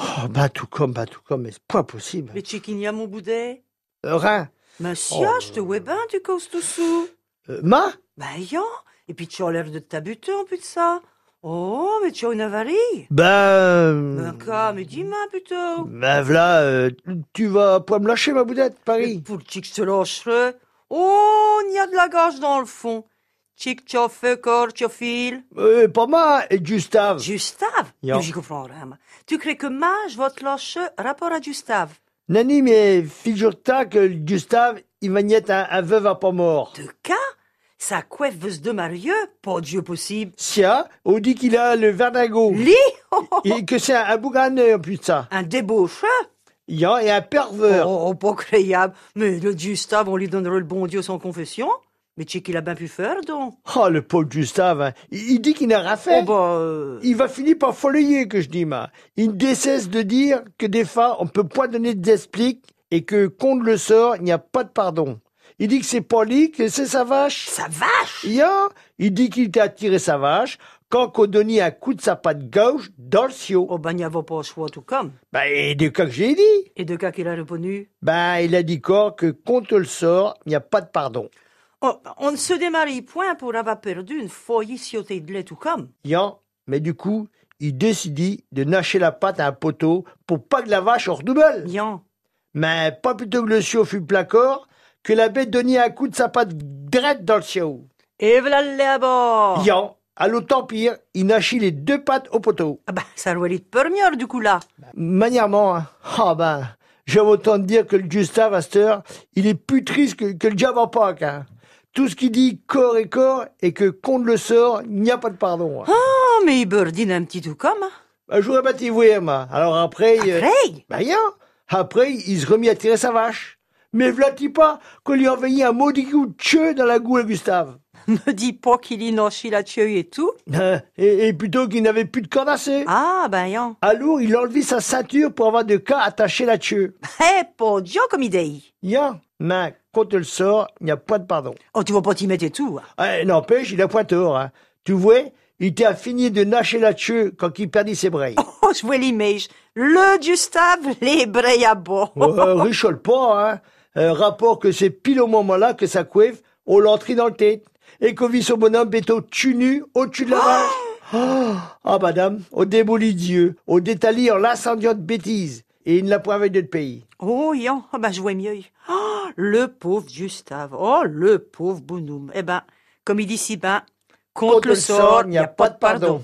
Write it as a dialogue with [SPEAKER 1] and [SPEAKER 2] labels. [SPEAKER 1] Oh, Batoucom, Batoucom, mais c'est pas possible.
[SPEAKER 2] Mais Chiquignam au boudet
[SPEAKER 1] Euh, Rhin,
[SPEAKER 2] Mais si, ah, je te ouais ben du costousou.
[SPEAKER 1] euh, ma
[SPEAKER 2] Ben, yon. Et puis tu as l'air de t'abuter en plus de ça. Oh, mais tu as une avarie.
[SPEAKER 1] Ben. euh,
[SPEAKER 2] Ben, quoi, mais dis-moi plutôt.
[SPEAKER 1] Ben voilà, euh, tu vas pas me lâcher ma boudette,
[SPEAKER 2] Et
[SPEAKER 1] Paris.
[SPEAKER 2] pour le chic se lâcherait. Oh, il y a de la gage dans le fond. Chic, tu as fait corps, tu as fil.
[SPEAKER 1] Euh, pas ma, et Gustave.
[SPEAKER 2] Gustave
[SPEAKER 1] Ja.
[SPEAKER 2] Mais j'y comprends rien. moi. Tu crois que ma, je vais te lâcher rapport à Gustave
[SPEAKER 1] Nani, mais figure-toi que le Gustave, il va niette un, un veuve à pas mort.
[SPEAKER 2] De cas Sa coiffe de Marieux Pas Dieu possible.
[SPEAKER 1] Sia, on dit qu'il a le verdago.
[SPEAKER 2] Li
[SPEAKER 1] Et que c'est un, un bougrané, en plus de ça.
[SPEAKER 2] Un débaucheur
[SPEAKER 1] Il y a et un pervers.
[SPEAKER 2] Oh, oh, pas créable. Mais le Gustave, on lui donnerait le bon Dieu sans confession. Mais tu sais qu'il a bien pu faire, donc.
[SPEAKER 1] Oh, le pauvre Gustave, hein. il, il dit qu'il n'a rien fait.
[SPEAKER 2] Oh, bah. euh,
[SPEAKER 1] Il va finir par foleiller, que je dis, ma. Il ne décesse de dire que des fois, on peut pas donner d'explique et que, contre le sort, il n'y a pas de pardon. Il dit que c'est pas lui, que c'est sa vache.
[SPEAKER 2] Sa vache
[SPEAKER 1] Il y a, il dit qu'il t'a tiré sa vache quand qu'on donnait un coup de sa patte gauche dans le sio.
[SPEAKER 2] Oh, ben, il n'y avait pas le choix, tout comme.
[SPEAKER 1] Ben, et de quoi que j'ai dit
[SPEAKER 2] Et de cas qu'il a répondu
[SPEAKER 1] Ben, il a dit quoi que contre le sort, il n'y a pas de pardon.
[SPEAKER 2] Oh, on ne se démarie point pour avoir perdu une foyer siotée de lait, tout comme.
[SPEAKER 1] Il y a, mais du coup, il décidit de nacher la patte à un poteau pour pas que la vache en redouble.
[SPEAKER 2] Bien.
[SPEAKER 1] Mais pas plutôt que le chiot fut placard, que la bête donnait un coup de sa patte drette dans le chiot.
[SPEAKER 2] Et voilà le lait à bord.
[SPEAKER 1] Yan, à l'autant pire, il nachit les deux pattes au poteau.
[SPEAKER 2] Ah, ben, ça doit être première, du coup, là.
[SPEAKER 1] Manièrement, hein. Ah ben, j'aime autant te dire que le Gustave Astor, il est plus triste que, que le diable en Pâques. hein. Tout ce qu'il dit corps et corps, et que contre le sort, il n'y a pas de pardon. hein.
[SPEAKER 2] Oh, mais il burdine un petit tout comme. hein.
[SPEAKER 1] Un jour, bah, t'y voyais, moi. Alors après... euh,
[SPEAKER 2] Hey
[SPEAKER 1] Ben rien. Après, il se remit à tirer sa vache. Mais v'là-t-il pas qu'on lui a envoyé un maudit coup de cheveux dans la goule à Gustave
[SPEAKER 2] Me dis pas qu'il y nochit la tueille et tout.
[SPEAKER 1] Hein, et, et plutôt qu'il n'avait plus de corde assez.
[SPEAKER 2] Ah, ben, yon.
[SPEAKER 1] Alors, il enlevait sa ceinture pour avoir de cas attaché la tueuse.
[SPEAKER 2] Eh, pas Dieu comme idée.
[SPEAKER 1] Y'a, mais quand elle sort, il n'y a pas de pardon.
[SPEAKER 2] Oh, tu vas pas t'y mettre et tout. hein.
[SPEAKER 1] Eh, N'empêche, il a point tort. hein. Tu vois, il t'a fini de nacher la tueuse quand il perdit ses bras.
[SPEAKER 2] Oh, je vois l'image. Le Gustave, les bras à bord.
[SPEAKER 1] Euh, richole pas, hein. Euh, rapport que c'est pile au moment-là que ça couève, on l'entrée dans le tête. Et qu'on vit son bonhomme béto tu nu au-dessus de la vache. Ah, ah, madame, on démolit Dieu, on détalie en l'incendiant de bêtises. Et il ne l'a point avec notre pays.
[SPEAKER 2] Oh, yon, ah ben, je vois mieux. Oh, le pauvre Gustave. Oh, le pauvre bonhomme. Eh ben, comme il dit si ben, contre, le sort, il n'y a, pas de pardon.